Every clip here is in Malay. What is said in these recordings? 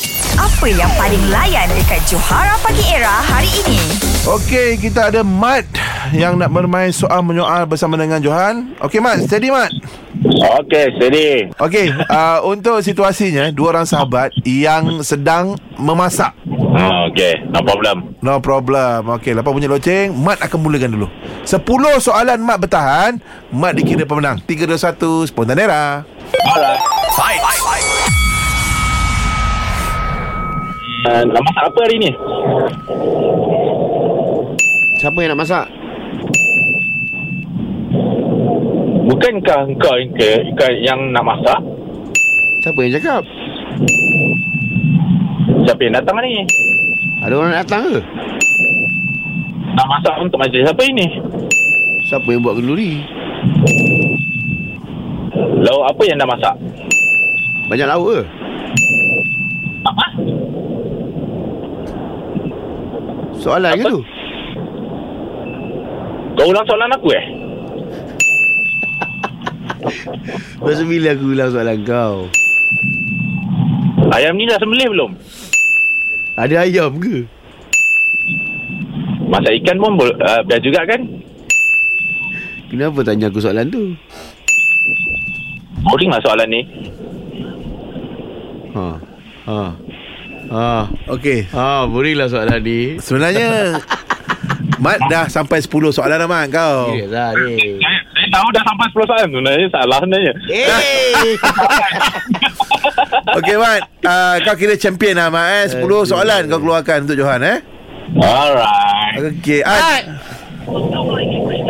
Siapa yang paling layan dekat Johara Pagi Era hari ini? Okey, kita ada Mat yang nak bermain soal menyoal bersama dengan Johan. Okey Mat, steady Mat. Okey, steady. Okey, uh, untuk situasinya dua orang sahabat yang sedang memasak. Ha, okey. No problem. No problem. Okey, lepas bunyi loceng, Mat akan mulakan dulu. 10 soalan Mat bertahan, Mat dikira pemenang. 3 2 1 spontan era. Alright. Uh, nak masak apa hari ni? Siapa yang nak masak? Bukankah engkau yang, ke- engkau yang nak masak? Siapa yang cakap? Siapa yang datang hari ni? Ada orang datang ke? Nak masak untuk majlis apa ini? Siapa yang buat kenduri? Lauk apa yang dah masak? Banyak lauk ke? Apa? Soalan ke Apa? tu? Kau ulang soalan aku eh? Masa bila aku ulang soalan kau? Ayam ni dah sembelih belum? Ada ayam ke? Masak ikan pun bol- uh, dah juga kan? Kenapa tanya aku soalan tu? Boring lah soalan ni. Ha. Ha. Ha. Okey. Ha, boringlah soalan ni. Sebenarnya Mat dah sampai 10 soalan dah Mat kau. Serius lah ni. Saya, saya tahu dah sampai 10 soalan tu. Nanya salah sebenarnya. Eh. Okey Mat, uh, kau kira champion lah Mat eh. 10 Aduh. soalan kau keluarkan untuk Johan eh. Alright. Okey, Ad.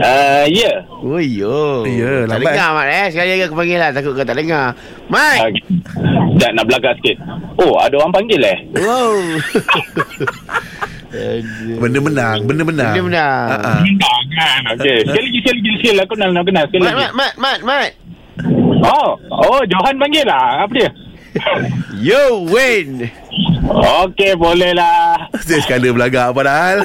Uh, ya. Yeah. Oh, yo. Ya, tak lambat. dengar, Mat. Eh. Sekali lagi aku panggil lah. Takut kau tak dengar. Mat! Okay. Sekejap nak belagak sikit. Oh, ada orang panggil eh? Wow. Benda menang, benda menang. Benda menang. Uh-uh. Bintang kan. Okey. Sekali lagi, sekali lagi, sekali lagi. Aku nak, nak kenal. Sekali Mat, lagi. Mat, Mat, Mat, Mat. Oh, oh Johan panggil lah. Apa dia? You win. Okey, boleh lah. Saya sekala belagak padahal.